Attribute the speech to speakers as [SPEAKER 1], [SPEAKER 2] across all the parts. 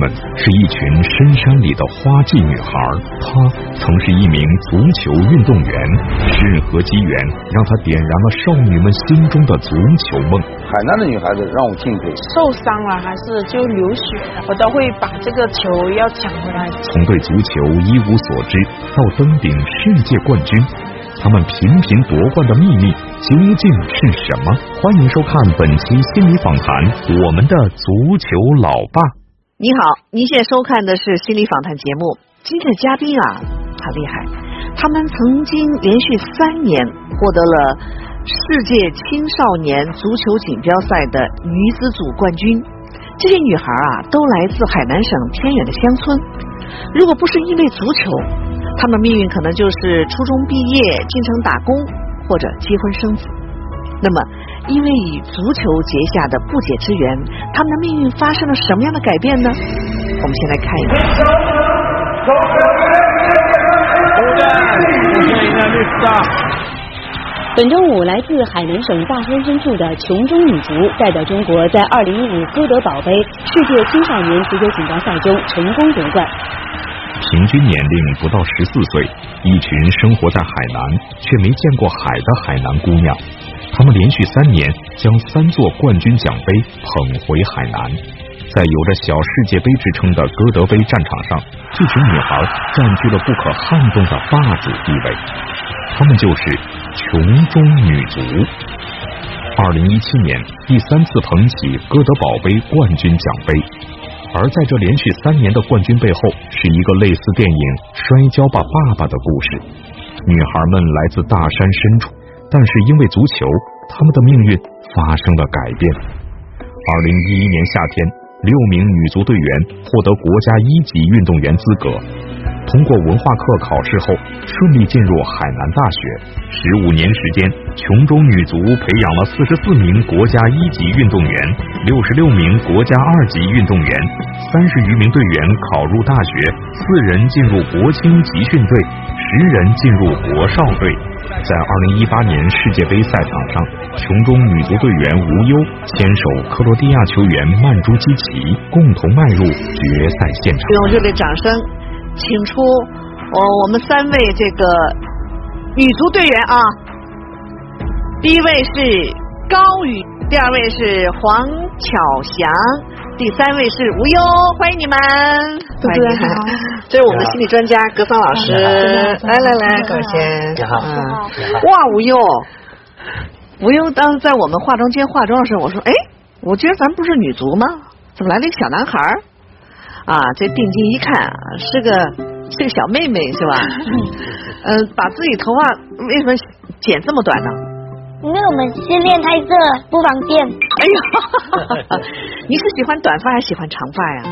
[SPEAKER 1] 们是一群深山里的花季女孩。她曾是一名足球运动员，是何机缘让她点燃了少女们心中的足球梦？
[SPEAKER 2] 海南的女孩子让我敬佩。
[SPEAKER 3] 受伤了还是就流血了，我都会把这个球要抢回来。
[SPEAKER 1] 从对足球一无所知到登顶世界冠军，他们频频夺冠的秘密究竟是什么？欢迎收看本期心理访谈《我们的足球老爸》。
[SPEAKER 4] 您好，您现在收看的是心理访谈节目。今天的嘉宾啊，很厉害，他们曾经连续三年获得了世界青少年足球锦标赛的女子组冠军。这些女孩啊，都来自海南省偏远的乡村。如果不是因为足球，她们命运可能就是初中毕业进城打工，或者结婚生子。那么，因为与足球结下的不解之缘，他们的命运发生了什么样的改变呢？我们先来看一看。
[SPEAKER 5] 本周五，来自海南省大山深处的琼州女足代表中国在2015哥德堡杯世界青少年足球锦标赛中成功夺冠。
[SPEAKER 1] 平均年龄不到十四岁，一群生活在海南却没见过海的海南姑娘，她们连续三年将三座冠军奖杯捧回海南。在有着“小世界杯”之称的哥德杯战场上，这群女孩占据了不可撼动的霸主地位。她们就是琼中女足。二零一七年第三次捧起哥德堡杯冠军奖杯。而在这连续三年的冠军背后，是一个类似电影《摔跤吧，爸爸》的故事。女孩们来自大山深处，但是因为足球，她们的命运发生了改变。二零一一年夏天，六名女足队员获得国家一级运动员资格，通过文化课考试后，顺利进入海南大学。十五年时间，琼州女足培养了四十四名国家一级运动员，六十六名国家二级运动员。三十余名队员考入大学，四人进入国青集训队，十人进入国少队。在二零一八年世界杯赛场上，琼中女足队员吴优牵手克罗地亚球员曼朱基奇，共同迈入决赛现场。
[SPEAKER 4] 用热烈掌声，请出哦我们三位这个女足队员啊，第一位是高宇，第二位是黄巧翔，第三位是吴优，欢迎你们！
[SPEAKER 3] 主
[SPEAKER 4] 欢
[SPEAKER 3] 持
[SPEAKER 4] 迎
[SPEAKER 3] 人
[SPEAKER 4] 你
[SPEAKER 3] 好
[SPEAKER 4] 们， 这是我们的心理专家格桑老师，来来来，葛先，
[SPEAKER 2] 你好
[SPEAKER 4] 嗯哇，吴优，吴优当时在我们化妆间化妆的时候，我说，哎，我觉得咱不是女足吗？怎么来了一个小男孩儿？啊，这定睛一看，啊，是个是个小妹妹是吧？嗯、把自己头发为什么剪这么短呢？
[SPEAKER 6] 因为我们失恋太热不方便，
[SPEAKER 4] 哎呀， 你是喜欢短发还是喜欢长发呀？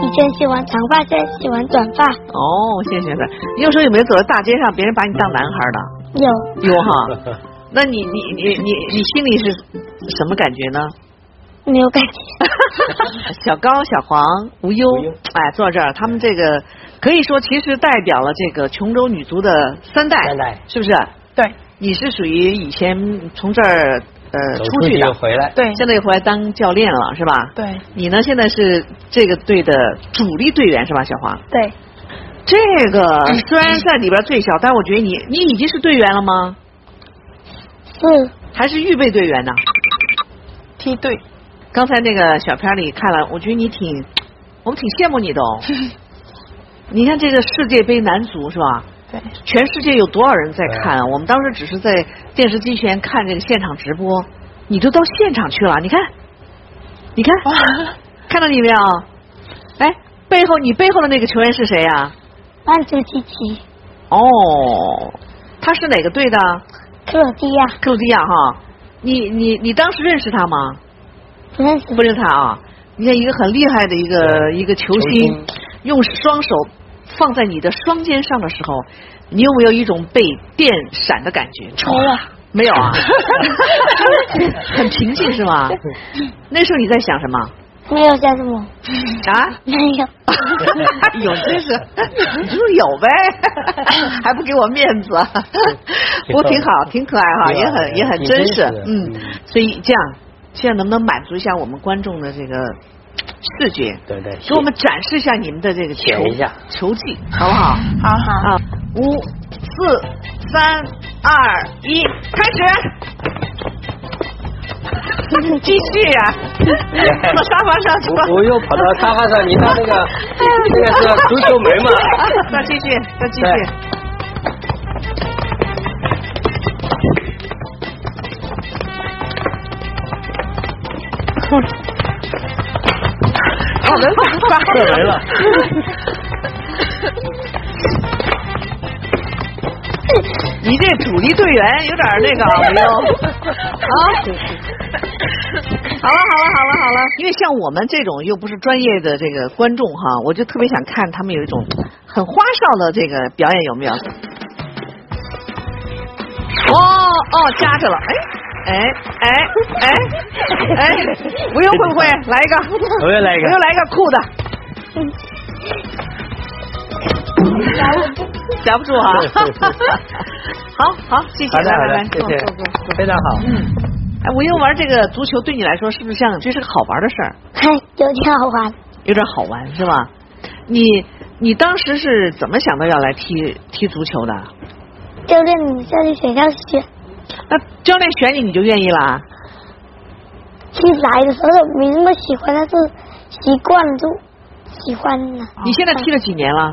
[SPEAKER 6] 以前喜欢长发，现在喜欢短发。
[SPEAKER 4] 哦，谢谢的。你有时候有没有走在大街上，别人把你当男孩儿的？
[SPEAKER 6] 有
[SPEAKER 4] 有哈，那你你你你你心里是什么感觉呢？
[SPEAKER 6] 没有感觉？
[SPEAKER 4] 小高、小黄、无忧，哎，坐这儿，他们这个可以说其实代表了这个琼州女足的三代，
[SPEAKER 7] 三代
[SPEAKER 4] 是不是？
[SPEAKER 3] 对
[SPEAKER 4] 你是属于以前从这儿呃
[SPEAKER 7] 走
[SPEAKER 4] 出
[SPEAKER 7] 出
[SPEAKER 4] 去
[SPEAKER 7] 去
[SPEAKER 4] 的
[SPEAKER 7] 又，回来，
[SPEAKER 3] 对
[SPEAKER 4] 现在又回来当教练了，是吧？
[SPEAKER 3] 对
[SPEAKER 4] 你呢？现在是这个队的主力队员是吧，小黄？
[SPEAKER 3] 对，
[SPEAKER 4] 这个虽然在里边最小，但我觉得你你已经是队员了吗？
[SPEAKER 6] 是
[SPEAKER 4] 还是预备队员呢？
[SPEAKER 3] 梯队
[SPEAKER 4] 刚才那个小片里看了，我觉得你挺，我们挺羡慕你的哦。你看这个世界杯男足是吧？
[SPEAKER 3] 对，
[SPEAKER 4] 全世界有多少人在看啊？我们当时只是在电视机前看这个现场直播，你都到现场去了。你看，你看，看到你没有？哎，背后你背后的那个球员是谁啊呀、
[SPEAKER 6] 曼朱基奇，
[SPEAKER 4] 哦，他是哪个队的？
[SPEAKER 6] 克啊罗地亚，
[SPEAKER 4] 克罗地亚哈。你你你当时认识他吗？
[SPEAKER 6] 不认识
[SPEAKER 4] 不认识他啊！你看一个很厉害的一个一个球星，用双手放在你的双肩上的时候，你有没有一种被电闪的感觉？
[SPEAKER 6] 没有，
[SPEAKER 4] 没有啊，很平静是吗？那时候你在想什么
[SPEAKER 6] 没有叫什么，
[SPEAKER 4] 啊？
[SPEAKER 6] 没有，
[SPEAKER 4] 有真是，你就说有呗，还不给我面子， 不过挺好，挺可爱哈，
[SPEAKER 7] 对啊
[SPEAKER 4] 也很也很
[SPEAKER 7] 挺
[SPEAKER 4] 真
[SPEAKER 7] 真
[SPEAKER 4] 实
[SPEAKER 7] 实，
[SPEAKER 4] 嗯
[SPEAKER 7] 嗯，
[SPEAKER 4] 所以这样，这样能不能满足一下我们观众的这个视觉，
[SPEAKER 7] 对对，
[SPEAKER 4] 给我们展示一下你们的这个球
[SPEAKER 7] 选一下
[SPEAKER 4] 球技，好不好？
[SPEAKER 3] 好好，
[SPEAKER 4] 啊，五、四、三、二、一，开始。 继续呀、 到沙发上去吧。
[SPEAKER 7] 我我又跑到沙发上，你看那 个那个是足球门嘛，
[SPEAKER 4] 再继续，再继
[SPEAKER 7] 对
[SPEAKER 4] 续。 好的，啊
[SPEAKER 7] 射门了。
[SPEAKER 4] 你这主力队员有点那个没有啊。 好了好了好了好了，因为像我们这种又不是专业的这个观众哈，我就特别想看他们有一种很花哨的这个表演有没有？哦哦，夹着了，哎哎哎哎哎，不用会不会来一个？
[SPEAKER 7] 我又来一个
[SPEAKER 4] 我又来一个酷的。夹不住啊！ 好好，谢谢，
[SPEAKER 7] 好的
[SPEAKER 4] 来
[SPEAKER 7] 好
[SPEAKER 4] 来
[SPEAKER 7] 的
[SPEAKER 4] 来，，
[SPEAKER 7] 谢
[SPEAKER 4] 坐
[SPEAKER 7] 谢
[SPEAKER 4] 坐坐。，
[SPEAKER 7] 非常好。
[SPEAKER 4] 哎，我又玩这个足球，对你来说是不是像这是个好玩的事儿？
[SPEAKER 6] 嗨，哎有点好玩。
[SPEAKER 4] 有点好玩是吧？你你当时是怎么想到要来踢踢足球的？
[SPEAKER 6] 教练，你下去选项选，
[SPEAKER 4] 那教练选你，你就愿意啦？
[SPEAKER 6] 其实来的时候没那么喜欢，但是习惯了就喜欢了。
[SPEAKER 4] 你现在踢了几年了？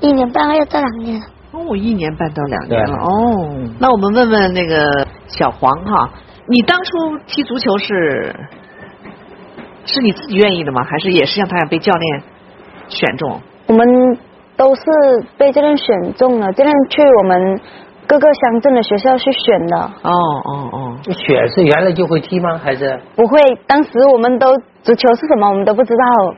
[SPEAKER 6] 一年半个月到两年了，
[SPEAKER 4] 哦，一年半到两年了。
[SPEAKER 7] 对
[SPEAKER 4] 哦，那我们问问那个小黄哈，你当初踢足球是是你自己愿意的吗？还是也是像他一样被教练选中？
[SPEAKER 8] 我们都是被教练选中了，教练去我们各个乡镇的学校去选的。
[SPEAKER 4] 哦哦哦，
[SPEAKER 7] 你选是原来就会踢吗？ 还是
[SPEAKER 8] 不会，当时我们都足球是什么我们都不知道，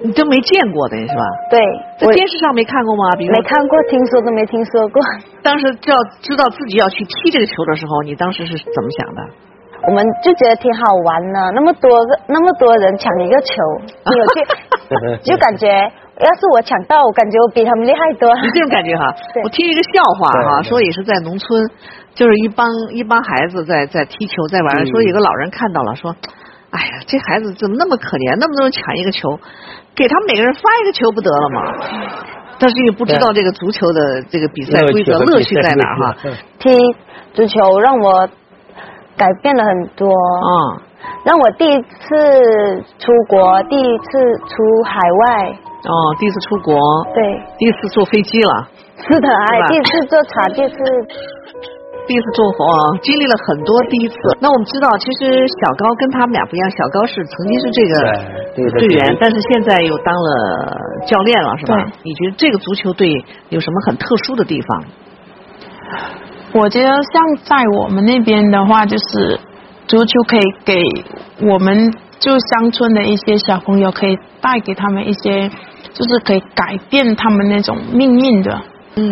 [SPEAKER 4] 你都没见过的是吧？
[SPEAKER 8] 对，
[SPEAKER 4] 在
[SPEAKER 8] 我
[SPEAKER 4] 电视上没看过吗？比如
[SPEAKER 8] 没看过，听说都没听说过。
[SPEAKER 4] 当时知道知道自己要去踢这个球的时候，你当时是怎么 想的？
[SPEAKER 8] 我们就觉得挺好玩的，那么多个那么多人抢一个球，挺有趣， 就感觉要是我抢到，我感觉我比他们厉害多。
[SPEAKER 4] 你这种感觉哈
[SPEAKER 8] 对，
[SPEAKER 4] 我听一个笑话哈，
[SPEAKER 7] 对对
[SPEAKER 4] 说也是在农村，就是一帮一帮孩子在在踢球在玩，
[SPEAKER 7] 嗯
[SPEAKER 4] 说有个老人看到了说，哎呀，这孩子怎么那么可怜，那么多人抢一个球，给他们每个人发一个球不得了吗？但是也不知道这个足球的这个比赛
[SPEAKER 7] 嗯乐趣
[SPEAKER 4] 规则
[SPEAKER 7] 和
[SPEAKER 4] 乐
[SPEAKER 7] 比
[SPEAKER 4] 趣
[SPEAKER 7] 赛
[SPEAKER 4] 在哪儿
[SPEAKER 7] 规
[SPEAKER 4] 哈
[SPEAKER 7] 则？嗯
[SPEAKER 8] 踢足球让我改变了很多。
[SPEAKER 4] 啊
[SPEAKER 8] 让我第一次出国，第一次出海外，
[SPEAKER 4] 哦，第一次出国，
[SPEAKER 8] 对，
[SPEAKER 4] 第一次坐飞机了。
[SPEAKER 8] 是的，
[SPEAKER 4] 吧
[SPEAKER 8] 哎，第一次坐船，第一次
[SPEAKER 4] 第一次做活啊，经历了很多第一次。那我们知道，其实小高跟他们俩不一样，小高是曾经是这个
[SPEAKER 7] 对对
[SPEAKER 4] 队员
[SPEAKER 7] 对，
[SPEAKER 4] 但是现在又当了教练了，是吧
[SPEAKER 8] 对？
[SPEAKER 4] 你觉得这个足球队有什么很特殊的地方？
[SPEAKER 3] 我觉得像在我们那边的话，就是足球可以给我们就乡村的一些小朋友，可以带给他们一些，就是可以改变他们那种命运的，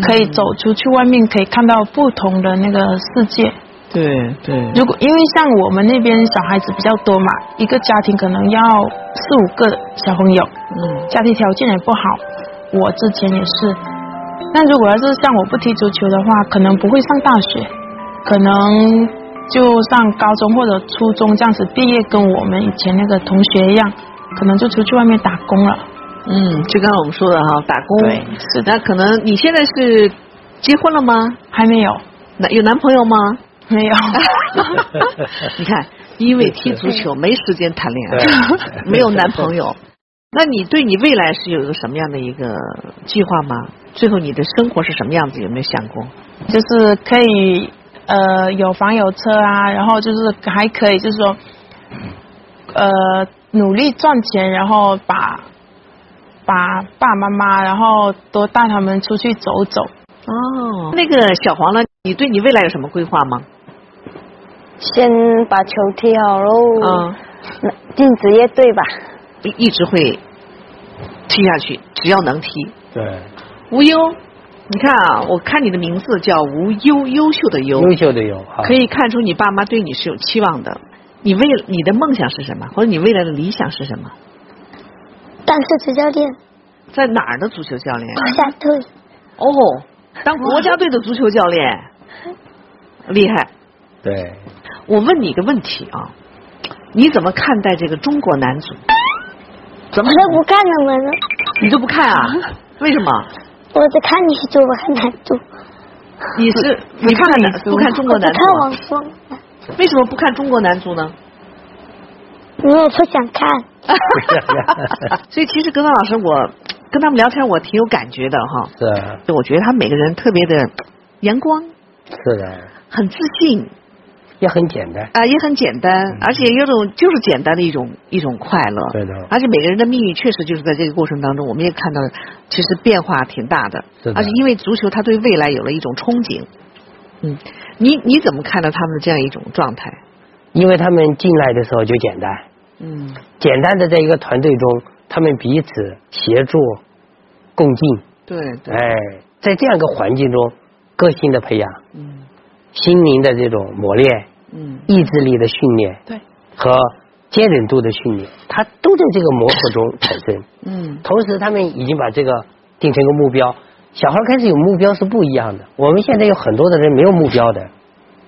[SPEAKER 3] 可以走出去外面，可以看到不同的那个世界。
[SPEAKER 4] 对对
[SPEAKER 3] 如果因为像我们那边小孩子比较多嘛，一个家庭可能要四五个小朋友，
[SPEAKER 4] 嗯
[SPEAKER 3] 家庭条件也不好，我之前也是。但如果要是像我不踢足球的话，可能不会上大学，可能就上高中或者初中这样子毕业，跟我们以前那个同学一样，可能就出去外面打工了。
[SPEAKER 4] 嗯，就刚才我们说的哈，打工。
[SPEAKER 3] 对，是的，
[SPEAKER 4] 那可能你现在是结婚了吗？
[SPEAKER 3] 还没有，
[SPEAKER 4] 男有男朋友吗？
[SPEAKER 3] 没有，
[SPEAKER 4] 你看，因为踢足球没时间谈恋 爱，没有男朋友。那你对你未来是有一个什么样的一个计划吗？最后你的生活是什么样子？有没有想过？
[SPEAKER 3] 就是可以呃有房有车啊，然后就是还可以就是说呃努力赚钱，然后把把爸爸妈妈，然后多带他们出去走走。
[SPEAKER 4] 哦，那个小黄呢？你对你未来有什么规划吗？
[SPEAKER 8] 先把球踢好喽，
[SPEAKER 4] 嗯，
[SPEAKER 8] 进职业队吧。
[SPEAKER 4] 一直会踢下去，只要能踢。
[SPEAKER 7] 对，
[SPEAKER 4] 无忧，你看啊，我看你的名字叫无忧，优秀的优，
[SPEAKER 7] 优秀的有，好
[SPEAKER 4] 可以看出你爸妈对你是有期望的。你未你的梦想是什么？或者你未来的理想是什么？
[SPEAKER 6] 当特球教练，
[SPEAKER 4] 在哪儿的足球教练？
[SPEAKER 6] 国家队，
[SPEAKER 4] 哦，当国家队的足球教练，厉害。
[SPEAKER 7] 对。
[SPEAKER 4] 我问你一个问题啊，你怎么看待这个中国男足？怎么
[SPEAKER 6] 我都不看他们了，
[SPEAKER 4] 你都不看 啊？为什么？
[SPEAKER 6] 我只看女足，不看男足，
[SPEAKER 4] 你是你不看男不看啊中国
[SPEAKER 6] 我只
[SPEAKER 4] 男足
[SPEAKER 6] 看
[SPEAKER 4] 啊、
[SPEAKER 6] 王双，
[SPEAKER 4] 为什么不看中国男足 呢？
[SPEAKER 6] 因为我不想看。
[SPEAKER 4] 所以其实格桑老师，我跟他们聊天我挺有感觉的哈。
[SPEAKER 7] 是啊
[SPEAKER 4] 我觉得他们每个人特别的阳光，
[SPEAKER 7] 是的，
[SPEAKER 4] 很自信
[SPEAKER 7] 也很简单。
[SPEAKER 4] 啊、也很简单，而且有种就是简单的一种一种快乐。
[SPEAKER 7] 对的
[SPEAKER 4] 而且每个人的命运确实就是在这个过程当中，我们也看到其实变化挺大的。
[SPEAKER 7] 是的
[SPEAKER 4] 而且因为足球，他对未来有了一种憧憬。嗯，你你怎么看到他们的这样一种状态？
[SPEAKER 9] 因为他们进来的时候就简单，
[SPEAKER 4] 嗯
[SPEAKER 9] 简单的在一个团队中，他们彼此协助、共进，，
[SPEAKER 4] 对对，
[SPEAKER 9] 哎，在这样一个环境中，个性的培养、
[SPEAKER 4] 嗯
[SPEAKER 9] 心灵的这种磨练、
[SPEAKER 4] 嗯
[SPEAKER 9] 意志力的训练
[SPEAKER 3] 对，
[SPEAKER 9] 和坚忍度的训练，它都在这个磨合中产生。
[SPEAKER 4] 嗯
[SPEAKER 9] 同时，他们已经把这个定成一个目标。小孩开始有目标是不一样的。我们现在有很多的人没有目标的，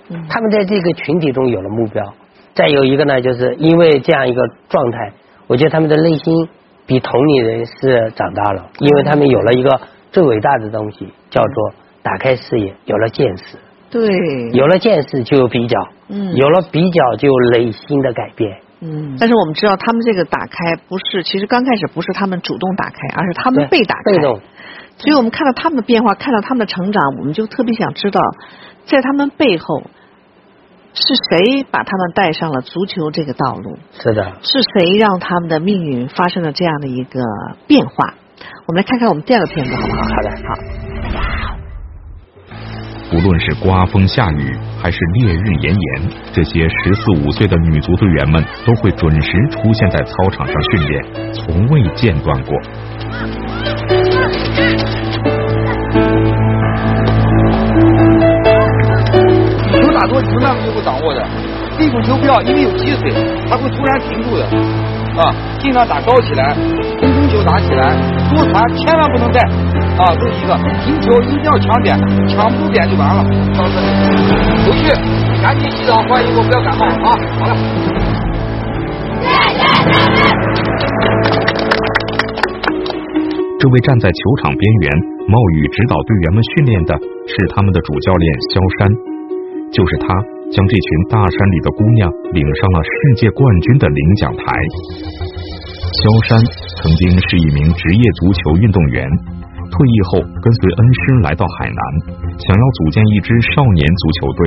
[SPEAKER 4] 嗯
[SPEAKER 9] 他们在这个群体中有了目标。再有一个呢，就是因为这样一个状态，我觉得他们的内心比同龄人是长大了，因为他们有了一个最伟大的东西，叫做打开视野，有了见识，
[SPEAKER 4] 对，
[SPEAKER 9] 有了见识就有比较，
[SPEAKER 4] 嗯
[SPEAKER 9] 有了比较就有内心的改变。
[SPEAKER 4] 嗯，但是我们知道他们这个打开不是，其实刚开始不是他们主动打开，而是他们
[SPEAKER 9] 对
[SPEAKER 4] 被打开。
[SPEAKER 9] 嗯被动，
[SPEAKER 4] 所以我们看到他们的变化，看到他们的成长，我们就特别想知道，在他们背后是谁把他们带上了足球这个道路，
[SPEAKER 9] 是的，
[SPEAKER 4] 是谁让他们的命运发生了这样的一个变化。我们来看看我们第二个片子好不好？好的，好。
[SPEAKER 1] 无论是刮风下雨，还是烈日炎炎，这些十四五岁的女足队员们都会准时出现在操场上训练，从未间断过。
[SPEAKER 2] 球打多，你们慢慢就会掌握的。这种球票因为有积水，它会突然停住的。啊，尽量打高起来，空中球打起来，多传千万不能带。啊，这是一个停球一定要抢点，抢不住点就完了。到这里，回去赶紧洗澡换衣服，不要感冒啊！好了。
[SPEAKER 1] 这位站在球场边缘冒雨指导队员们训练的是他们的主教练肖山，就是他将这群大山里的姑娘领上了世界冠军的领奖台。肖山曾经是一名职业足球运动员，退役后跟随恩师来到海南，想要组建一支少年足球队。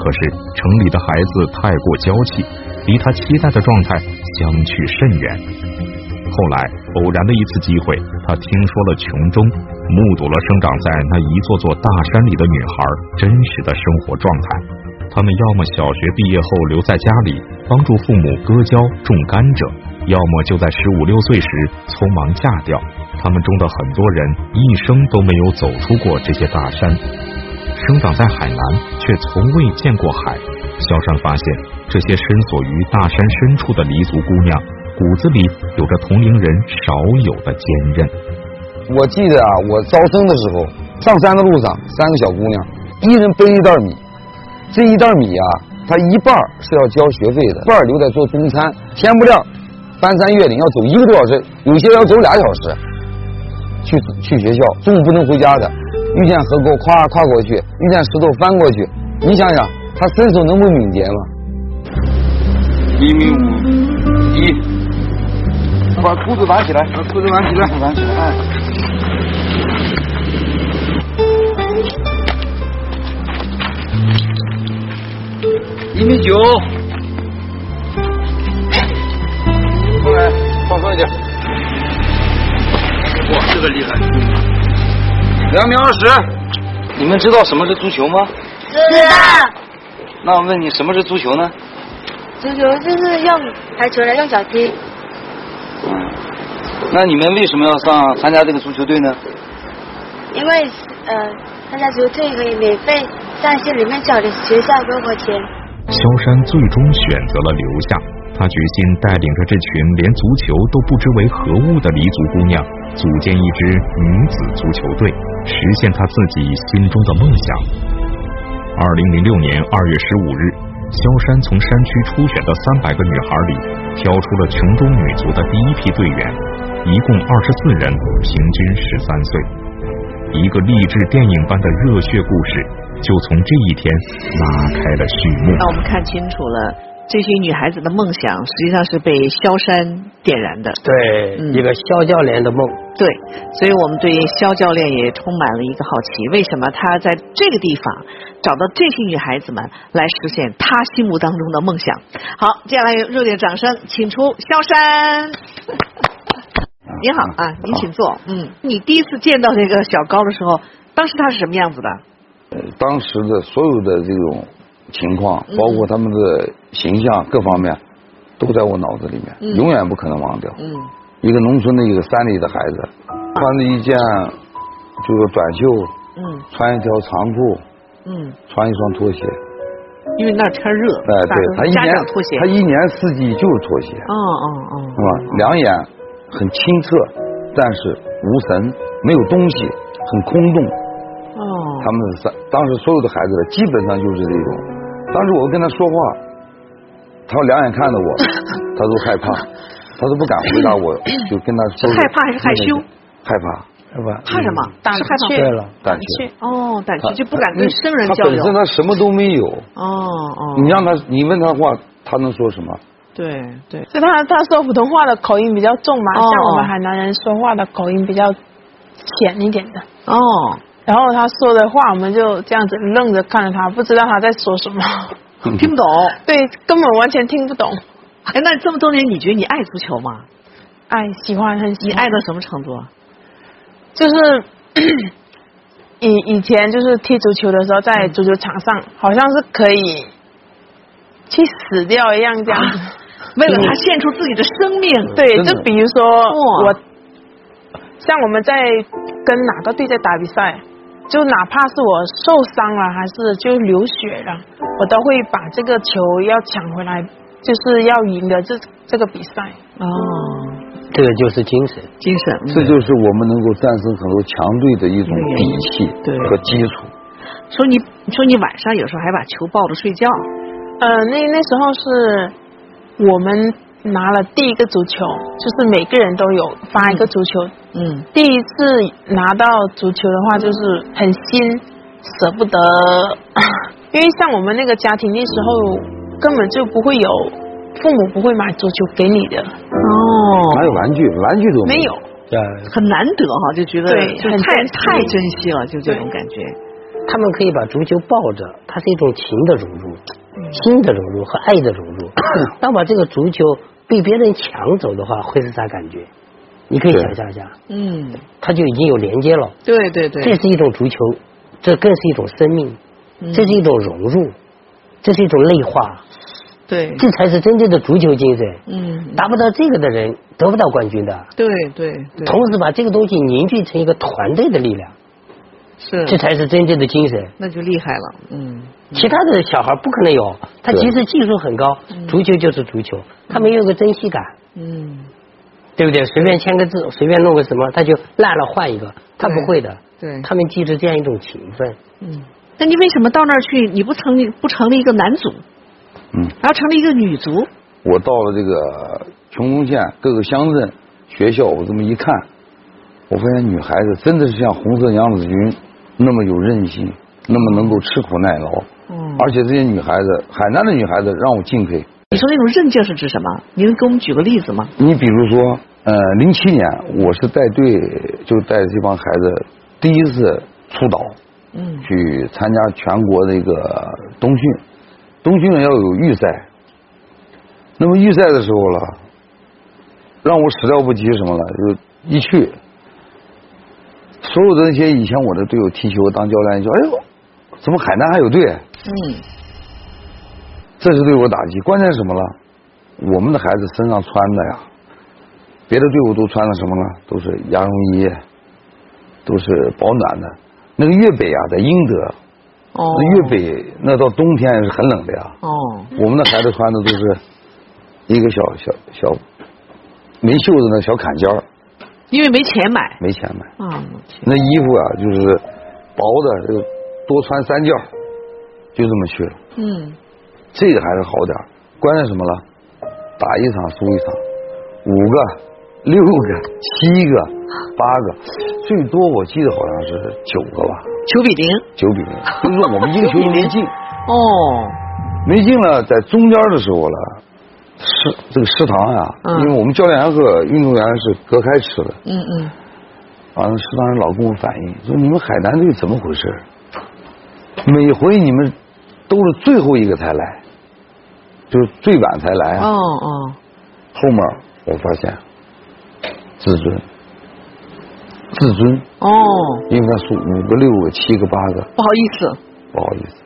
[SPEAKER 1] 可是城里的孩子太过娇气，离他期待的状态相去甚远。后来偶然的一次机会，他听说了琼中，目睹了生长在那一座座大山里的女孩真实的生活状态。她们要么小学毕业后留在家里帮助父母割胶种甘蔗，要么就在十五六岁时匆忙嫁掉。他们中的很多人一生都没有走出过这些大山，生长在海南却从未见过海。萧山发现，这些深锁于大山深处的黎族姑娘，骨子里有着同龄人少有的坚韧。
[SPEAKER 2] 我记得啊，我招生的时候，上山的路上，三个小姑娘，一人背一袋米，这一袋米啊，它一半儿是要交学费的，一半儿留在做中餐。天不亮，翻山越岭要走一个多小时，有些要走俩小时，去去学校，中午不能回家的。遇见河沟，咵跨过去；遇见石头，翻过去。你想想，她身手能不敏捷吗？一米五一，把裤子挽起来，把裤子挽起来，挽起来。哎一米九。过来，放松一点。哇，这个厉害！两米二十。你们知道什么是足球吗？
[SPEAKER 8] 知道，
[SPEAKER 2] 那我问你，什么是足球呢？
[SPEAKER 8] 足球就是用排球来用脚踢，
[SPEAKER 2] 嗯。那你们为什么要上参加这个足球队呢？
[SPEAKER 8] 因为呃参加足球队可以免费上线里面找的学校多块钱。
[SPEAKER 1] 萧山最终选择了留下，他决心带领着这群连足球都不知为何物的黎族姑娘，组建一支女子足球队，实现他自己心中的梦想。二零零六年二月十五日，萧山从山区初选的三百个女孩里，挑出了琼中女足的第一批队员，一共二十四人，平均十三岁。一个励志电影般的热血故事，就从这一天拉开了序幕。
[SPEAKER 4] 让我们看清楚了，这些女孩子的梦想实际上是被萧山点燃的。
[SPEAKER 9] 对，
[SPEAKER 4] 嗯
[SPEAKER 9] 一个肖教练的梦，
[SPEAKER 4] 对，所以我们对肖教练也充满了一个好奇：为什么他在这个地方找到这些女孩子们来实现他心目当中的梦想？好，接下来用热烈掌声请出肖山。您好啊，您请坐。嗯，你第一次见到这个小高的时候，当时他是什么样子的？
[SPEAKER 2] 呃当时的所有的这种情况，
[SPEAKER 4] 嗯
[SPEAKER 2] 包括他们的形象各方面，都在我脑子里面，永远不可能忘掉。
[SPEAKER 4] 嗯
[SPEAKER 2] 一个农村的一个山里的孩子，
[SPEAKER 4] 啊
[SPEAKER 2] 穿着一件就是短袖，
[SPEAKER 4] 嗯
[SPEAKER 2] 穿一条长裤，
[SPEAKER 4] 嗯，
[SPEAKER 2] 穿一双拖鞋。
[SPEAKER 4] 因为那儿天儿热，
[SPEAKER 2] 哎，对他
[SPEAKER 4] 大
[SPEAKER 2] 一
[SPEAKER 4] 家
[SPEAKER 2] 年
[SPEAKER 4] 长拖鞋。
[SPEAKER 2] 他一年四季就是拖鞋，
[SPEAKER 4] 哦哦哦，
[SPEAKER 2] 是吧？两眼很清澈，但是无神，没有东西，很空洞。
[SPEAKER 4] 哦，
[SPEAKER 2] 他们三当时所有的孩子基本上就是这种。当时我跟他说话，他两眼看着 我，他都害怕，他都不敢回答我，就跟他说
[SPEAKER 4] 是害怕还是害羞？
[SPEAKER 2] 害怕，
[SPEAKER 9] 是吧？
[SPEAKER 4] 怕什么？
[SPEAKER 3] 胆
[SPEAKER 4] 是害怕
[SPEAKER 3] 怯
[SPEAKER 9] 对了，
[SPEAKER 2] 胆
[SPEAKER 3] 胆
[SPEAKER 2] 怯。
[SPEAKER 3] 怯，
[SPEAKER 4] 哦，胆
[SPEAKER 2] 他
[SPEAKER 4] 怯就不敢跟
[SPEAKER 2] 他
[SPEAKER 4] 生人
[SPEAKER 2] 他
[SPEAKER 4] 交
[SPEAKER 2] 本
[SPEAKER 4] 流
[SPEAKER 2] 身。他什么都没有，
[SPEAKER 4] 哦哦，
[SPEAKER 2] 你让他你问他话，他能说什么？
[SPEAKER 4] 对对，
[SPEAKER 3] 所以他他说普通话的口音比较重嘛，
[SPEAKER 4] 哦
[SPEAKER 3] 像我们海南人说话的口音比较浅一点的。
[SPEAKER 4] 哦，
[SPEAKER 3] 然后他说的话，我们就这样子愣着看着他，不知道他在说什么，
[SPEAKER 4] 听不懂。
[SPEAKER 3] 对，根本完全听不懂。
[SPEAKER 4] 哎，那这么多年，你觉得你爱足球吗？
[SPEAKER 3] 爱喜欢很喜
[SPEAKER 4] 你
[SPEAKER 3] 欢，
[SPEAKER 4] 爱到什么程度啊？
[SPEAKER 3] 就是 以以前就是踢足球的时候，在足球场上好像是可以去死掉一样这样子。
[SPEAKER 4] 为了他献出自己的生命。
[SPEAKER 3] 对，
[SPEAKER 2] 啊真的
[SPEAKER 3] 就比如说
[SPEAKER 4] 哇
[SPEAKER 3] 我，像我们在跟哪个队在打比赛，就哪怕是我受伤了，还是就流血了，我都会把这个球要抢回来，就是要赢得这这个比赛。
[SPEAKER 4] 哦，
[SPEAKER 9] 嗯这个就是精神。
[SPEAKER 4] 精神。嗯
[SPEAKER 2] 这就是我们能够战胜很多强队的一种底气
[SPEAKER 4] 对
[SPEAKER 2] 和基础。
[SPEAKER 4] 说你说你晚上有时候还把球抱着睡觉。
[SPEAKER 3] 呃，那那时候是我们拿了第一个足球，就是每个人都有发一个足球。
[SPEAKER 4] 嗯
[SPEAKER 3] 第一次拿到足球的话，就是很新，舍不得， 因为像我们那个家庭那时候根本就不会有父母不会买足球给你的，
[SPEAKER 2] 哪
[SPEAKER 4] 哦，
[SPEAKER 2] 有玩具？玩具都
[SPEAKER 3] 没
[SPEAKER 2] 有。
[SPEAKER 3] 有。
[SPEAKER 9] 对，
[SPEAKER 4] 很难得哈，就觉得
[SPEAKER 3] 对
[SPEAKER 4] 就
[SPEAKER 3] 很
[SPEAKER 4] 太
[SPEAKER 3] 珍惜
[SPEAKER 4] 太珍惜了，就这种感觉。
[SPEAKER 9] 他们可以把足球抱着，它是一种情的融入、心的融入和爱的融入。 当把这个足球被别人抢走的话，会是啥感觉？你可以
[SPEAKER 2] 对
[SPEAKER 9] 想象一下，
[SPEAKER 4] 嗯，
[SPEAKER 9] 它就已经有连接了。
[SPEAKER 4] 对对对
[SPEAKER 9] 这。是一种足球，这更是一种生命，
[SPEAKER 4] 嗯
[SPEAKER 9] 这是一种融入，这是一种内化，
[SPEAKER 4] 对。
[SPEAKER 9] 这才是真正的足球精神。
[SPEAKER 4] 嗯，
[SPEAKER 9] 达不到这个的人，得不到冠军的。
[SPEAKER 4] 对对对，
[SPEAKER 9] 同时把这个东西凝聚成一个团队的力量，
[SPEAKER 4] 是
[SPEAKER 9] 这才是真正的精神。
[SPEAKER 4] 那就厉害了。嗯，
[SPEAKER 9] 其他的小孩不可能有，他
[SPEAKER 2] 对
[SPEAKER 9] 即使技术很高，足球就是足球，他没有个珍惜感，
[SPEAKER 4] 嗯，
[SPEAKER 9] 对不对？随便签个字，随便弄个什么，他就烂了换一个，他
[SPEAKER 4] 对嗯
[SPEAKER 9] 不会的。
[SPEAKER 4] 对，
[SPEAKER 9] 他们记住这样一种情分，
[SPEAKER 4] 嗯，那你为什么到那儿去？你不成立不成立一个男足，
[SPEAKER 2] 嗯，
[SPEAKER 4] 然后成立一个女足？
[SPEAKER 2] 我到了这个琼中县各个乡镇学校，我这么一看，我发现女孩子真的是像红色娘子军那么有韧性，那么能够吃苦耐劳，
[SPEAKER 4] 嗯，
[SPEAKER 2] 而且这些女孩子，海南的女孩子让我敬佩。
[SPEAKER 4] 你说那种韧劲儿是指什么？你能给我们举个例子吗？
[SPEAKER 2] 你比如说，呃，零七年我是带队，就带着这帮孩子第一次出岛
[SPEAKER 4] 嗯
[SPEAKER 2] 去参加全国的一个冬训，冬训要有预赛。那么预赛的时候了，让我始料不及什么了，就一去，所有的那些以前我的队友踢球当教练，就说：“哎呦，怎么海南还有队？”
[SPEAKER 4] 嗯，
[SPEAKER 2] 这是对我打击。关键是什么了？我们的孩子身上穿的呀，别的队伍都穿的什么呢？都是羊绒衣，都是保暖的。那个粤北啊，在英德，
[SPEAKER 4] 哦，
[SPEAKER 2] 那粤北那到冬天是很冷的呀。
[SPEAKER 4] 哦，
[SPEAKER 2] 我们的孩子穿的都是一个小小小没袖子的小坎肩儿
[SPEAKER 4] 因为没钱买
[SPEAKER 2] 没钱买。
[SPEAKER 4] 啊，
[SPEAKER 2] 那衣服啊，就是薄的，这个多穿三件儿就这么去了。
[SPEAKER 4] 嗯，
[SPEAKER 2] 这个还是好点儿关键什么了？打一场输一场，五个、六个、七个、八个，最多我记得好像是九个吧，
[SPEAKER 4] 九比零。
[SPEAKER 2] 九比零。就是我们一个球都没进，
[SPEAKER 4] 哦，
[SPEAKER 2] 没进了，在中间的时候了，食这个食堂呀、
[SPEAKER 4] 嗯
[SPEAKER 2] 因为我们教练和运动员是隔开吃的，
[SPEAKER 4] 嗯嗯，
[SPEAKER 2] 完了食堂人老跟我反映说你们海南队怎么回事？每回你们都是最后一个才来，就是最晚才来啊。
[SPEAKER 4] 哦哦，
[SPEAKER 2] 后面我发现自尊，自尊，
[SPEAKER 4] 哦，
[SPEAKER 2] 因为他是五个、六个、七个、八个，
[SPEAKER 4] 不好意思，
[SPEAKER 2] 不好意思，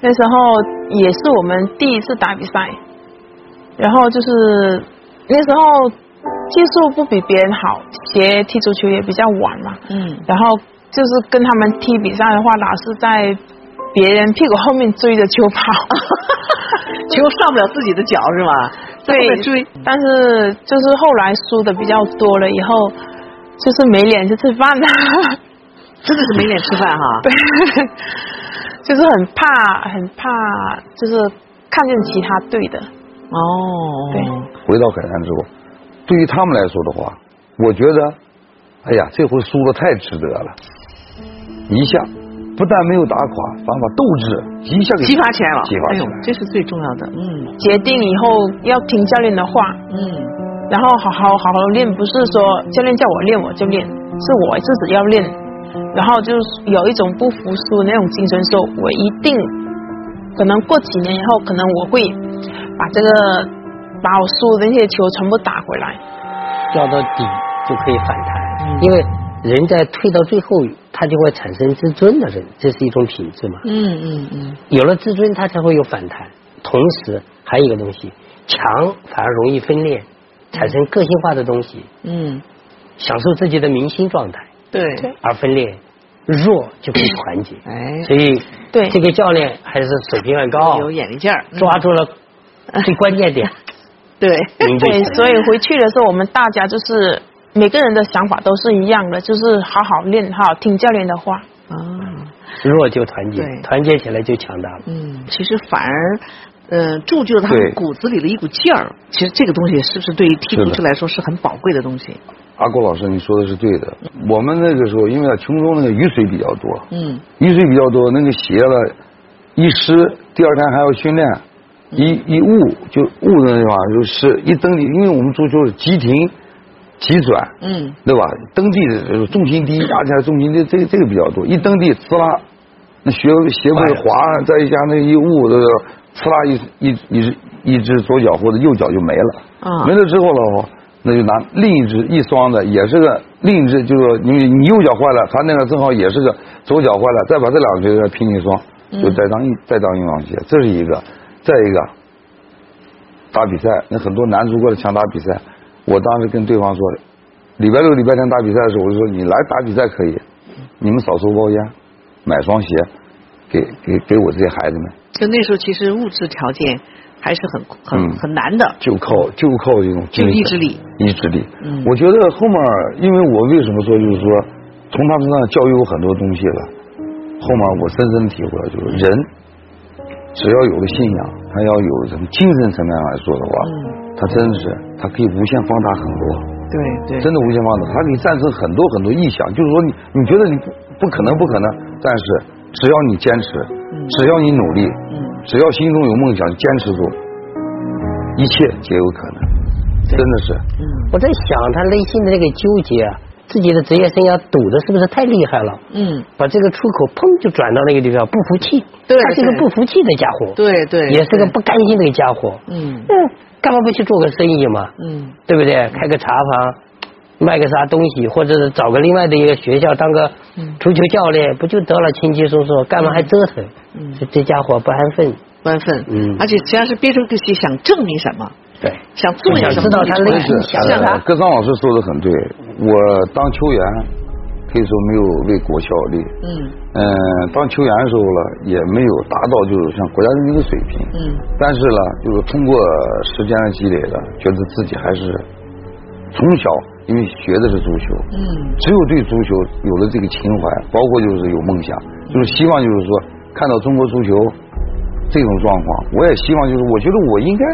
[SPEAKER 3] 那时候也是我们第一次打比赛，然后就是那时候技术不比别人好，学踢足球也比较晚嘛，
[SPEAKER 4] 嗯，
[SPEAKER 3] 然后就是跟他们踢比赛的话，老是在别人屁股后面追着球 跑，
[SPEAKER 4] 球上不了自己的脚是吧？在后面追，
[SPEAKER 3] 但是就是后来输的比较多了以后，就是没脸去吃饭了。
[SPEAKER 4] 真的是没脸吃饭哈。
[SPEAKER 3] 对，就是很怕，很怕，就是看见其他队的，
[SPEAKER 4] 哦，
[SPEAKER 3] 对
[SPEAKER 2] 回到海南之后，对于他们来说的话，我觉得，哎呀，这回输的太值得了，一下不但没有打垮，反把斗志一下给
[SPEAKER 4] 激发起来了，
[SPEAKER 2] 激发
[SPEAKER 4] 哎
[SPEAKER 2] 起
[SPEAKER 4] 呦
[SPEAKER 2] 来，了。
[SPEAKER 4] 这是最重要的。嗯
[SPEAKER 3] 决定以后要听教练的话，
[SPEAKER 4] 嗯，
[SPEAKER 3] 然后好好好好练，不是说教练叫我练我就练，是我自己要练，然后就是有一种不服输的那种精神，说我一定，可能过几年以后，可能我会把这个把我输的那些球全部打回来。
[SPEAKER 9] 掉到底就可以反
[SPEAKER 4] 嗯
[SPEAKER 9] 弹，因为人在退到最后，他就会产生自尊的人，这是一种品质嘛。
[SPEAKER 4] 嗯嗯嗯，
[SPEAKER 9] 有了自尊，他才会有反弹。同时，还有一个东西，强反而容易分裂，产生个性化的东西，
[SPEAKER 4] 嗯，
[SPEAKER 9] 享受自己的明星状态，
[SPEAKER 4] 对，
[SPEAKER 9] 而分裂弱就可以团结。
[SPEAKER 4] 哎，
[SPEAKER 9] 所以，
[SPEAKER 3] 对
[SPEAKER 9] 这个教练还是水平很高，
[SPEAKER 4] 有眼力劲儿，嗯
[SPEAKER 9] 抓住了最关键 点。
[SPEAKER 4] 对，
[SPEAKER 9] 凝聚起
[SPEAKER 3] 对，
[SPEAKER 9] 来
[SPEAKER 3] 所以回去的时候，我们大家就是每个人的想法都是一样的，就是好好练，好好听教练的话。
[SPEAKER 4] 啊，
[SPEAKER 9] 弱就团结
[SPEAKER 4] 对，
[SPEAKER 9] 团结起来就强大了。
[SPEAKER 4] 嗯，其实反而。呃，铸就了他们
[SPEAKER 2] 对
[SPEAKER 4] 骨子里的一股劲儿。其实这个东西是不是对于踢
[SPEAKER 2] 是
[SPEAKER 4] 足
[SPEAKER 2] 的
[SPEAKER 4] 球来说是很宝贵的东西？
[SPEAKER 2] 阿郭老师，你说的是对的。我们那个时候，因为啊琼州那个雨水比较多，
[SPEAKER 4] 嗯
[SPEAKER 2] 雨水比较多，那个鞋了一湿，第二天还要训练，一一雾就雾的那地方就湿，一蹬地，因为我们足球是急停、急转，
[SPEAKER 4] 嗯，
[SPEAKER 2] 对吧？蹬地的时候重心低，压起来重心低，这个这个比较多，一蹬地呲啦，那鞋鞋
[SPEAKER 9] 坏
[SPEAKER 2] 背
[SPEAKER 9] 了
[SPEAKER 2] 滑，再一加那一雾，这个呲啦一一一只一只左脚或者右脚就没了。
[SPEAKER 4] 啊
[SPEAKER 2] 没了之后了，那就拿另一只一双的，也是个另一只，就是说你你右脚坏了，他那个正好也是个左脚坏了，再把这两只给拼一双，
[SPEAKER 4] 嗯
[SPEAKER 2] 就再当一、再当一双鞋，这是一个。再一个，打比赛，那很多男足过来想打比赛，我当时跟对方说，礼拜六、礼拜天打比赛的时候，我就说你来打比赛可以，你们少抽包烟，买双鞋，给给给我这些孩子们，
[SPEAKER 4] 就那时候其实物质条件还是很很
[SPEAKER 2] 嗯
[SPEAKER 4] 很难的。
[SPEAKER 2] 就靠就靠这种精神
[SPEAKER 4] 就意志力，
[SPEAKER 2] 意志力。
[SPEAKER 4] 嗯
[SPEAKER 2] 我觉得后面，因为我为什么说就是说，从他们身上教育我很多东西了。后面我深深地体会到，就是人只要有了信仰，他要有什么精神层面上来说的话，他真是他可以无限放大很多。
[SPEAKER 4] 对对，
[SPEAKER 2] 真的无限放大，它可以战胜很多很多臆想。就是说你，你觉得你不不可能不可能，但是只要你坚持，只要你努力，
[SPEAKER 4] 嗯
[SPEAKER 2] 只要心中有梦想，坚持住，一切皆有可能。真的是，
[SPEAKER 4] 嗯
[SPEAKER 9] 我在想，他内心的那个纠结啊，自己的职业生涯赌的是不是太厉害了？
[SPEAKER 4] 嗯，
[SPEAKER 9] 把这个出口砰就转到那个地方，不服气。
[SPEAKER 4] 对
[SPEAKER 9] 他是个
[SPEAKER 4] 对
[SPEAKER 9] 不服气的家伙，
[SPEAKER 4] 对对，
[SPEAKER 9] 也是个
[SPEAKER 4] 对
[SPEAKER 9] 不甘心的家伙。
[SPEAKER 4] 嗯
[SPEAKER 9] 嗯，干嘛不去做个生意嘛？
[SPEAKER 4] 嗯
[SPEAKER 9] 对不对？开个茶房，卖个啥东西，或者是找个另外的一个学校当个足球教练，不就得了？轻轻松松，干嘛还折腾？
[SPEAKER 4] 嗯
[SPEAKER 9] 这这家伙不安分。
[SPEAKER 4] 万分，
[SPEAKER 9] 嗯
[SPEAKER 4] 而且实际上是憋出个气，想证明什么，
[SPEAKER 9] 对，
[SPEAKER 4] 想做点什么，
[SPEAKER 9] 我想知道他内
[SPEAKER 2] 真
[SPEAKER 9] 心
[SPEAKER 2] 是。
[SPEAKER 9] 想
[SPEAKER 4] 想
[SPEAKER 2] 呃
[SPEAKER 4] 啥？
[SPEAKER 2] 葛桑老师说的很对，我当球员可以说没有为国效力，
[SPEAKER 4] 嗯
[SPEAKER 2] 嗯、当球员的时候了，也没有达到就是像国家队那个水平。
[SPEAKER 4] 嗯
[SPEAKER 2] 但是呢，就是通过时间的积累了，觉得自己还是从小因为学的是足球，
[SPEAKER 4] 嗯
[SPEAKER 2] 只有对足球有了这个情怀，包括就是有梦想，就是希望就是说看到中国足球这种状况，我也希望就是，我觉得我应该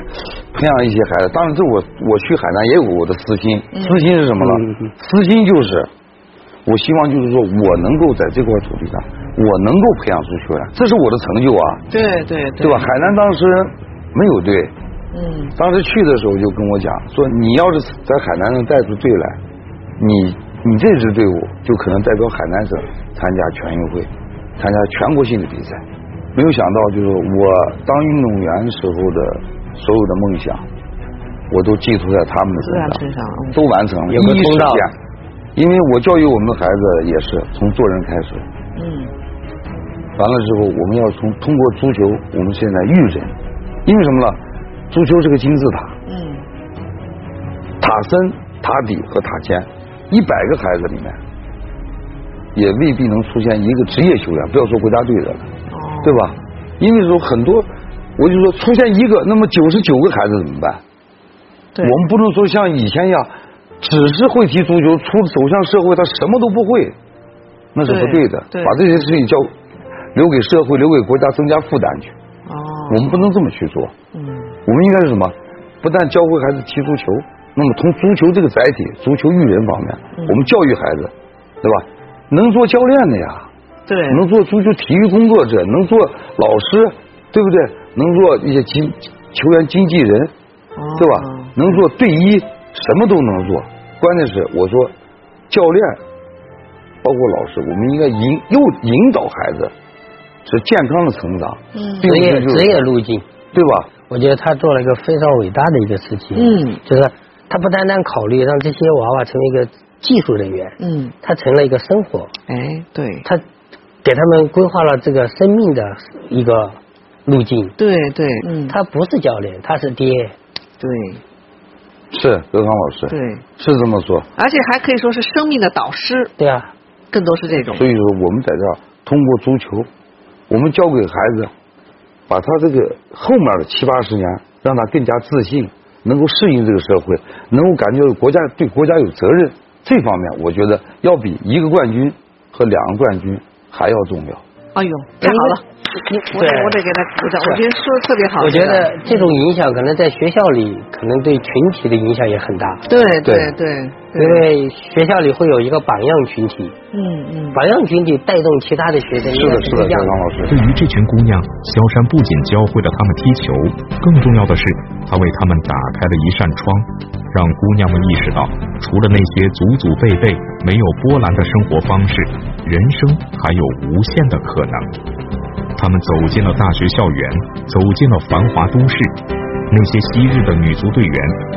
[SPEAKER 2] 培养一些孩子。当然，这我我去海南也有我的私心，私心是什么呢？私心就是，我希望就是说我能够在这块土地上，我能够培养出球员，这是我的成就啊，
[SPEAKER 10] 对对
[SPEAKER 2] 对吧？海南当时没有队，
[SPEAKER 10] 嗯，
[SPEAKER 2] 当时去的时候就跟我讲说，你要是在海南能带出队来，你你这支队伍就可能代表海南省参加全运会，参加全国性的比赛。没有想到，就是我当运动员时候的所有的梦想，我都寄托在他们的身
[SPEAKER 4] 啊
[SPEAKER 2] 上，
[SPEAKER 10] 身上嗯
[SPEAKER 2] 都完成了，
[SPEAKER 9] 有个
[SPEAKER 2] 一一
[SPEAKER 9] 通
[SPEAKER 2] 实
[SPEAKER 9] 道
[SPEAKER 2] 现。因为我教育我们的孩子也是从做人开始，
[SPEAKER 10] 嗯
[SPEAKER 2] 完了之后，我们要从通过足球，我们现在育人，因为什么呢？足球是个金字塔，
[SPEAKER 10] 嗯
[SPEAKER 2] 塔身、塔底和塔尖，一百个孩子里面，也未必能出现一个职业球员，不要说国家队的了，
[SPEAKER 10] 嗯
[SPEAKER 2] 对吧？因为说很多，我就说出现一个，那么九十九个孩子怎么办？
[SPEAKER 10] 对
[SPEAKER 2] 我们不能说像以前一样，只是会踢足球，出走向社会他什么都不会，那是不对的。
[SPEAKER 10] 对对
[SPEAKER 2] 把这些事情交留给社会，留给国家增加负担去，
[SPEAKER 10] 哦
[SPEAKER 2] 我们不能这么去做。
[SPEAKER 10] 嗯
[SPEAKER 2] 我们应该是什么？不但教会孩子踢足球，那么从足球这个载体，足球育人方面，
[SPEAKER 10] 嗯
[SPEAKER 2] 我们教育孩子，对吧？能做教练的呀，
[SPEAKER 10] 对
[SPEAKER 2] 能做足球体育工作者，能做老师，对不对？能做一些经球员经纪人，
[SPEAKER 10] 嗯
[SPEAKER 2] 嗯对吧？
[SPEAKER 10] 哦
[SPEAKER 2] 能做队医，什么都能做。关键是我说，教练包括老师，我们应该引诱引导孩子是健康的成长，
[SPEAKER 10] 嗯
[SPEAKER 2] 并
[SPEAKER 9] 职
[SPEAKER 2] 不
[SPEAKER 9] 业
[SPEAKER 2] 是就是
[SPEAKER 9] 职业路径，
[SPEAKER 2] 对吧？
[SPEAKER 9] 我觉得他做了一个非常伟大的一个事情，
[SPEAKER 10] 嗯
[SPEAKER 9] 就是他不单单考虑让这些娃娃成为一个技术人员，
[SPEAKER 10] 嗯，
[SPEAKER 9] 他成了一个生活，
[SPEAKER 10] 哎，对
[SPEAKER 9] 他给他们规划了这个生命的一个路径。
[SPEAKER 10] 对对，嗯，
[SPEAKER 9] 他不是教练，他是爹。
[SPEAKER 10] 对
[SPEAKER 2] 是刘康老师，
[SPEAKER 10] 对，
[SPEAKER 2] 是这么说。
[SPEAKER 10] 而且还可以说是生命的导师，
[SPEAKER 9] 对啊，
[SPEAKER 10] 更多是这种
[SPEAKER 2] 所以说，我们在这儿通过足球，我们教给孩子，把他这个后面的七八十年，让他更加自信，能够适应这个社会，能够感觉国家对国家有责任。这方面，我觉得要比一个冠军和两个冠军还要重要。
[SPEAKER 10] 哎呦，太好了！
[SPEAKER 9] 你
[SPEAKER 10] 我得我得给他鼓掌，我觉得说的特别
[SPEAKER 4] 啊
[SPEAKER 10] 好。
[SPEAKER 9] 我觉
[SPEAKER 10] 这个
[SPEAKER 9] 得这种影响可能在学校里，可能对群体的影响也很大，
[SPEAKER 10] 对对
[SPEAKER 2] 对
[SPEAKER 10] 对，
[SPEAKER 9] 因为学校里会有一个榜样群体，
[SPEAKER 10] 嗯嗯，
[SPEAKER 9] 榜样群体带动其他的学生。
[SPEAKER 2] 是的，是的，
[SPEAKER 9] 一
[SPEAKER 2] 刘
[SPEAKER 9] 样
[SPEAKER 2] 刚老师。
[SPEAKER 1] 对于这群姑娘，萧山不仅教会了她们踢球，更重要的是，她为她们打开了一扇窗，让姑娘们意识到，除了那些祖祖辈辈没有波澜的生活方式，人生还有无限的可能。她们走进了大学校园，走进了繁华都市。那些昔日的女足队员，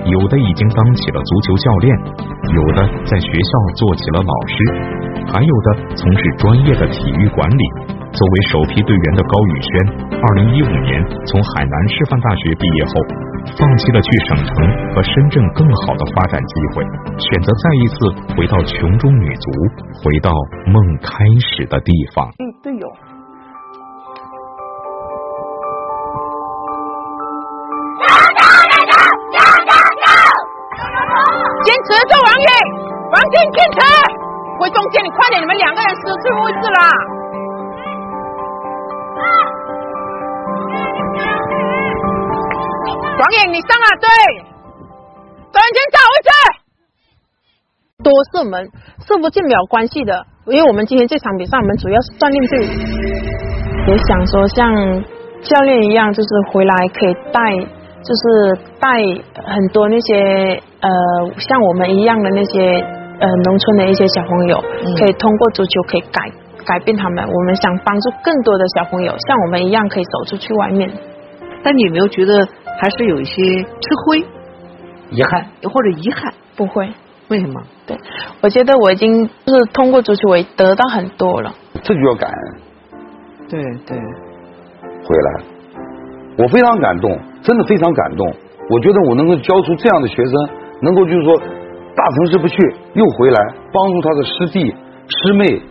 [SPEAKER 1] 有的已经当起了足球教练，有的在学校做起了老师，还有的从事专业的体育管理。作为首批队员的高宇轩，二零一五年从海南师范大学毕业后，放弃了去省城和深圳更好的发展机会，选择再一次回到琼中女足，回到梦开始的地方。
[SPEAKER 10] 队友，
[SPEAKER 3] 坚持做王宇，王俊坚持，回中间你快点，你们两个人失去位置啦。王颖，你上啊，对，转圈找位置。多射门，射不进没有关系的，因为我们今天这场比赛，我们主要是锻炼自己。也想说像教练一样，就是回来可以带，就是带很多那些呃像我们一样的那些呃农村的一些小朋友，可以通过足球可以改改变他们。我们想帮助更多的小朋友，像我们一样可以走出去外面。
[SPEAKER 10] 但你有没有觉得还是有一些吃亏
[SPEAKER 9] 遗憾，
[SPEAKER 10] 或者遗憾？
[SPEAKER 3] 不会，
[SPEAKER 10] 为什么？
[SPEAKER 3] 对我觉得我已经就是通过足球，我也得到很多了。
[SPEAKER 2] 这就要感恩
[SPEAKER 10] 对对，
[SPEAKER 2] 回来，我非常感动，真的非常感动。我觉得我能够教出这样的学生，能够就是说，大城市不去又回来，帮助他的师弟师妹，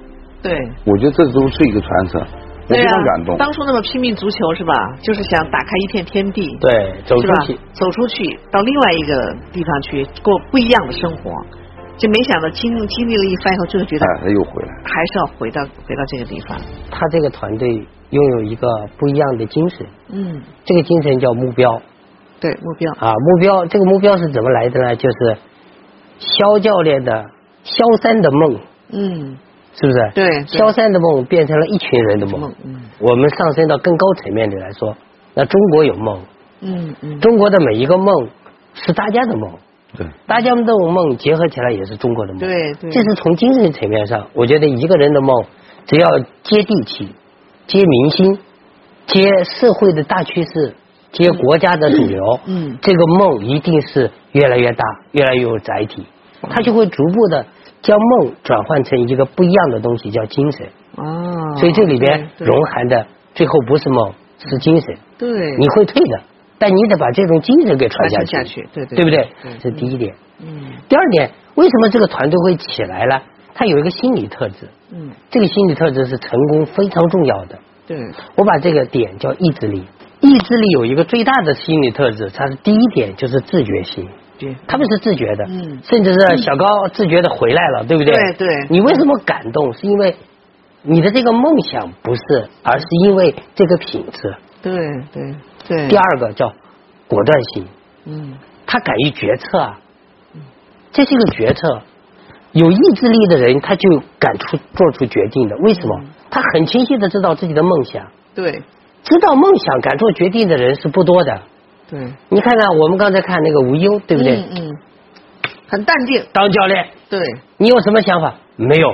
[SPEAKER 10] 对，
[SPEAKER 2] 我觉得这都是一个传承，我
[SPEAKER 10] 对
[SPEAKER 2] 非
[SPEAKER 10] 啊
[SPEAKER 2] 常感动。
[SPEAKER 10] 当初那么拼命足球是吧？就是想打开一片天地，
[SPEAKER 9] 对，走
[SPEAKER 10] 是
[SPEAKER 9] 出
[SPEAKER 10] 吧
[SPEAKER 9] 去，？
[SPEAKER 10] 走出去，到另外一个地方去过不一样的生活，就没想到经经历了一番以后，就会觉得
[SPEAKER 2] 哎哎，他又回来，
[SPEAKER 10] 还是要回到回到这个地方。
[SPEAKER 9] 他这个团队拥有一个不一样的精神。
[SPEAKER 10] 嗯，
[SPEAKER 9] 这个精神叫目标
[SPEAKER 10] 对，目标
[SPEAKER 9] 啊，目标这个目标是怎么来的呢？就是肖教练的肖三的梦，
[SPEAKER 10] 嗯，
[SPEAKER 9] 是不是？
[SPEAKER 10] 对对
[SPEAKER 9] 萧山的梦变成了一群人的梦。
[SPEAKER 10] 嗯
[SPEAKER 9] 我们上升到更高层面里来说，那中国有梦，
[SPEAKER 10] 嗯嗯，
[SPEAKER 9] 中国的每一个梦是大家的梦，
[SPEAKER 2] 对，
[SPEAKER 9] 大家的梦结合起来也是中国的梦。
[SPEAKER 10] 对对，
[SPEAKER 9] 这是从精神层面上，我觉得一个人的梦，只要接地气、接民心、接社会的大趋势、接国家的主流，
[SPEAKER 10] 嗯，
[SPEAKER 9] 这个梦一定是越来越大、越来越有载体，它就会逐步的将梦转换成一个不一样的东西，叫精神。
[SPEAKER 10] 哦，
[SPEAKER 9] 所以这里边
[SPEAKER 10] 对对
[SPEAKER 9] 融含的最后不是梦，是精神。
[SPEAKER 10] 对，
[SPEAKER 9] 你会退的，但你得把这种精神给传下去，
[SPEAKER 10] 传下去对对
[SPEAKER 9] 不对
[SPEAKER 10] 对？
[SPEAKER 9] 这是第一点。
[SPEAKER 10] 嗯
[SPEAKER 9] 第二点，为什么这个团队会起来呢？它有一个心理特质，
[SPEAKER 10] 嗯，
[SPEAKER 9] 这个心理特质是成功非常重要的。
[SPEAKER 10] 对，
[SPEAKER 9] 我把这个点叫意志力。意志力有一个最大的心理特质，它是第一点就是自觉性，
[SPEAKER 10] 对，
[SPEAKER 9] 他们是自觉的，
[SPEAKER 10] 嗯
[SPEAKER 9] 甚至是小高自觉的回来了，对不对？
[SPEAKER 10] 对对
[SPEAKER 9] 你为什么感动？是因为你的这个梦想不是，而是因为这个品质。
[SPEAKER 10] 对对对，
[SPEAKER 9] 第，二个叫果断性，
[SPEAKER 10] 嗯
[SPEAKER 9] 他敢于决策啊，这是一个决策。有意志力的人，他就敢出做出决定的。为什
[SPEAKER 10] 嗯
[SPEAKER 9] 么？他很清晰的知道自己的梦想，
[SPEAKER 10] 对
[SPEAKER 9] 知道梦想敢做决定的人是不多的。
[SPEAKER 10] 对，
[SPEAKER 9] 你看看我们刚才看那个无忧，对不对？
[SPEAKER 10] 嗯嗯，很淡定，
[SPEAKER 9] 当教练，
[SPEAKER 10] 对，
[SPEAKER 9] 你有什么想法？ 没 有，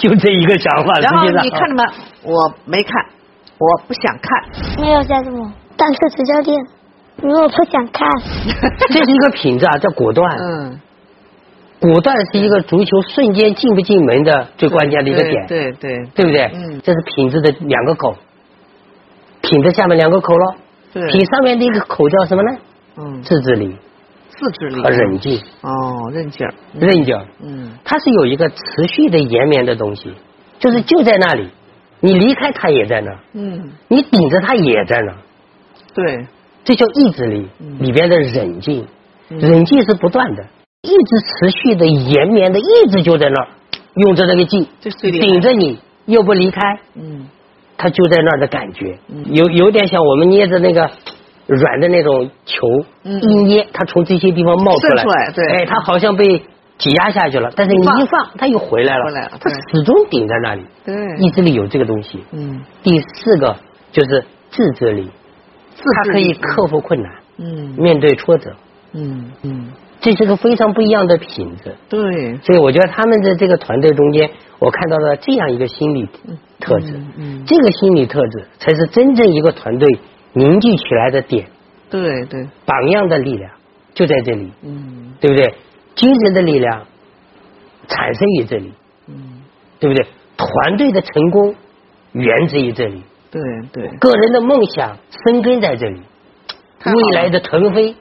[SPEAKER 9] 就这一个想法。
[SPEAKER 10] 然后
[SPEAKER 9] 实际上哦
[SPEAKER 10] 你看了吗？我没看，我不想看，
[SPEAKER 6] 没有叫什么，当课职教练，因为我不想看。
[SPEAKER 9] 这是一个品质啊，叫果断。
[SPEAKER 10] 嗯，
[SPEAKER 9] 果断是一个足球瞬间进不进门的最关键的一个点，
[SPEAKER 10] 对对
[SPEAKER 9] 对不对？
[SPEAKER 10] 嗯
[SPEAKER 9] 这是品质的两个口，品的下面两个口咯，
[SPEAKER 10] 对
[SPEAKER 9] 品
[SPEAKER 10] 对，
[SPEAKER 9] 上面的一个口叫什么呢？
[SPEAKER 10] 嗯，
[SPEAKER 9] 自制力
[SPEAKER 10] 自制力
[SPEAKER 9] 和忍劲、
[SPEAKER 10] 哦，韧劲儿，嗯
[SPEAKER 9] 韧劲儿，
[SPEAKER 10] 嗯
[SPEAKER 9] 它是有一个持续的延绵的东西，就是就在那里，你离开它也在那儿，
[SPEAKER 10] 嗯，
[SPEAKER 9] 你顶着它也在那儿，
[SPEAKER 10] 对，
[SPEAKER 9] 这叫意志力
[SPEAKER 10] 嗯
[SPEAKER 9] 里边的忍劲，
[SPEAKER 10] 嗯
[SPEAKER 9] 忍劲是不断的，一直持续的延绵的，一直就在那儿，用着那个劲，
[SPEAKER 10] 这是最厉害的
[SPEAKER 9] 顶着你又不离开，
[SPEAKER 10] 嗯
[SPEAKER 9] 它就在那儿的感觉，
[SPEAKER 10] 嗯
[SPEAKER 9] 有有点像我们捏着那个软的那种球，
[SPEAKER 10] 嗯
[SPEAKER 9] 一捏它从这些地方冒出来，
[SPEAKER 10] 渗出来对
[SPEAKER 9] 哎，它好像被挤压下去了，但是你
[SPEAKER 10] 放
[SPEAKER 9] 一放，它又回来了，
[SPEAKER 10] 回来了
[SPEAKER 9] 它
[SPEAKER 10] 对
[SPEAKER 9] 始终顶在那里，
[SPEAKER 10] 对，
[SPEAKER 9] 意志力有这个东西。
[SPEAKER 10] 嗯
[SPEAKER 9] 第四个就是自制力，它
[SPEAKER 10] 制
[SPEAKER 9] 可以
[SPEAKER 10] 力
[SPEAKER 9] 克服困难，
[SPEAKER 10] 嗯
[SPEAKER 9] 面对挫折，
[SPEAKER 10] 嗯嗯，
[SPEAKER 9] 这是个非常不一样的品质。
[SPEAKER 10] 对，
[SPEAKER 9] 所以我觉得他们的这个团队中间，我看到了这样一个心理特质，
[SPEAKER 10] 嗯嗯
[SPEAKER 9] 这个心理特质才是真正一个团队凝聚起来的点，
[SPEAKER 10] 对对，
[SPEAKER 9] 榜样的力量就在这里，
[SPEAKER 10] 嗯
[SPEAKER 9] 对不对？精神的力量产生于这里，
[SPEAKER 10] 嗯，
[SPEAKER 9] 对不对？团队的成功源自于这里，
[SPEAKER 10] 对对，
[SPEAKER 9] 个人的梦想生根在这里，
[SPEAKER 10] 太好了
[SPEAKER 9] 未来的腾飞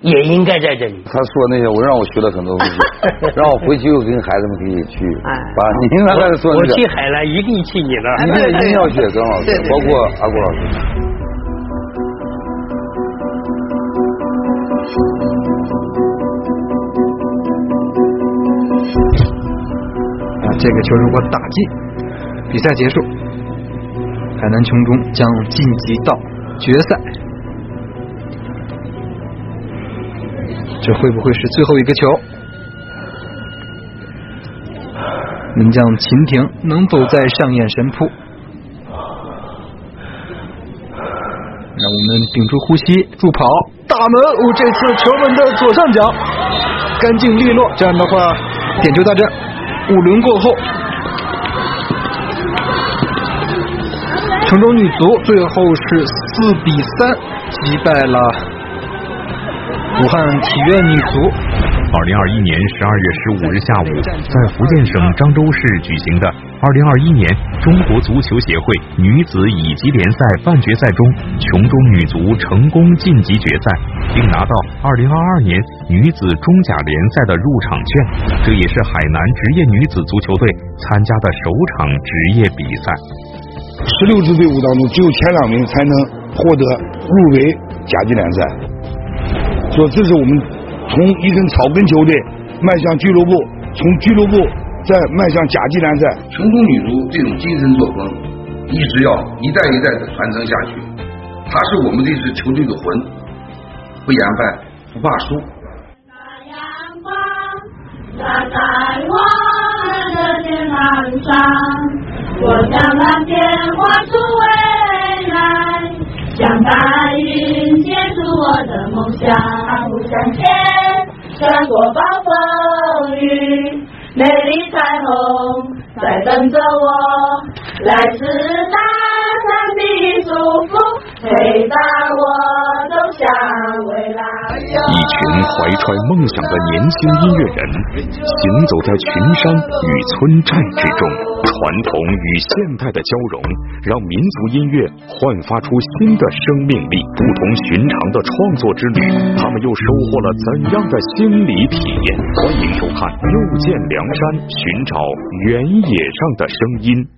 [SPEAKER 9] 也应该在这里。
[SPEAKER 2] 他说那些，我让我学了很多东 西，让我回去又跟孩子们可以去
[SPEAKER 10] 哎
[SPEAKER 2] 把您刚才说
[SPEAKER 9] 我
[SPEAKER 2] 那个
[SPEAKER 9] 去，海南一定去你那儿
[SPEAKER 10] 哎。
[SPEAKER 2] 一定一定要学
[SPEAKER 10] 对对
[SPEAKER 2] 曾老师
[SPEAKER 10] 对对，对
[SPEAKER 2] 包括阿郭老师。
[SPEAKER 11] 啊，这个球如果打进，比赛结束，海南琼中将晋级到决赛。这会不会是最后一个球？门将秦婷能否再上演神扑？让我们屏住呼吸，助跑大门。哦，这次球门的左上角，干净利落。这样的话，点球大战五轮过后，城中女足最后是四比三击败了武汉体院女足。
[SPEAKER 1] 二零二一年十二月十五日下午，在福建省漳州市举行的二零二一年中国足球协会女子乙级联赛半决赛中，琼中女足成功晋级决赛，并拿到二零二二年女子中甲联赛的入场券。这也是海南职业女子足球队参加的首场职业比赛。
[SPEAKER 12] 十六支队伍当中，只有前两名才能获得入围甲级联赛。说这是我们从一根草根球队迈向俱乐部，从俱乐部再迈向甲级联赛。
[SPEAKER 13] 成功女足这种精神作风，一直要一代一代的传承下去。它是我们这支球队的魂，不言败，不怕输。
[SPEAKER 14] 洒在我们的肩膀上，我将蓝天画出未来，将白云接住我的梦想，不向前，穿过暴风雨，美丽彩虹在等着我，来自大山的祝福陪伴我走向未来。
[SPEAKER 1] 一群怀揣梦想的年轻音乐人，行走在群山与村寨之中，传统与现代的交融，让民族音乐焕发出新的生命力。不同寻常的创作之旅，他们又收获了怎样的心理体验？欢迎收看《又见梁山》，寻找原野上的声音。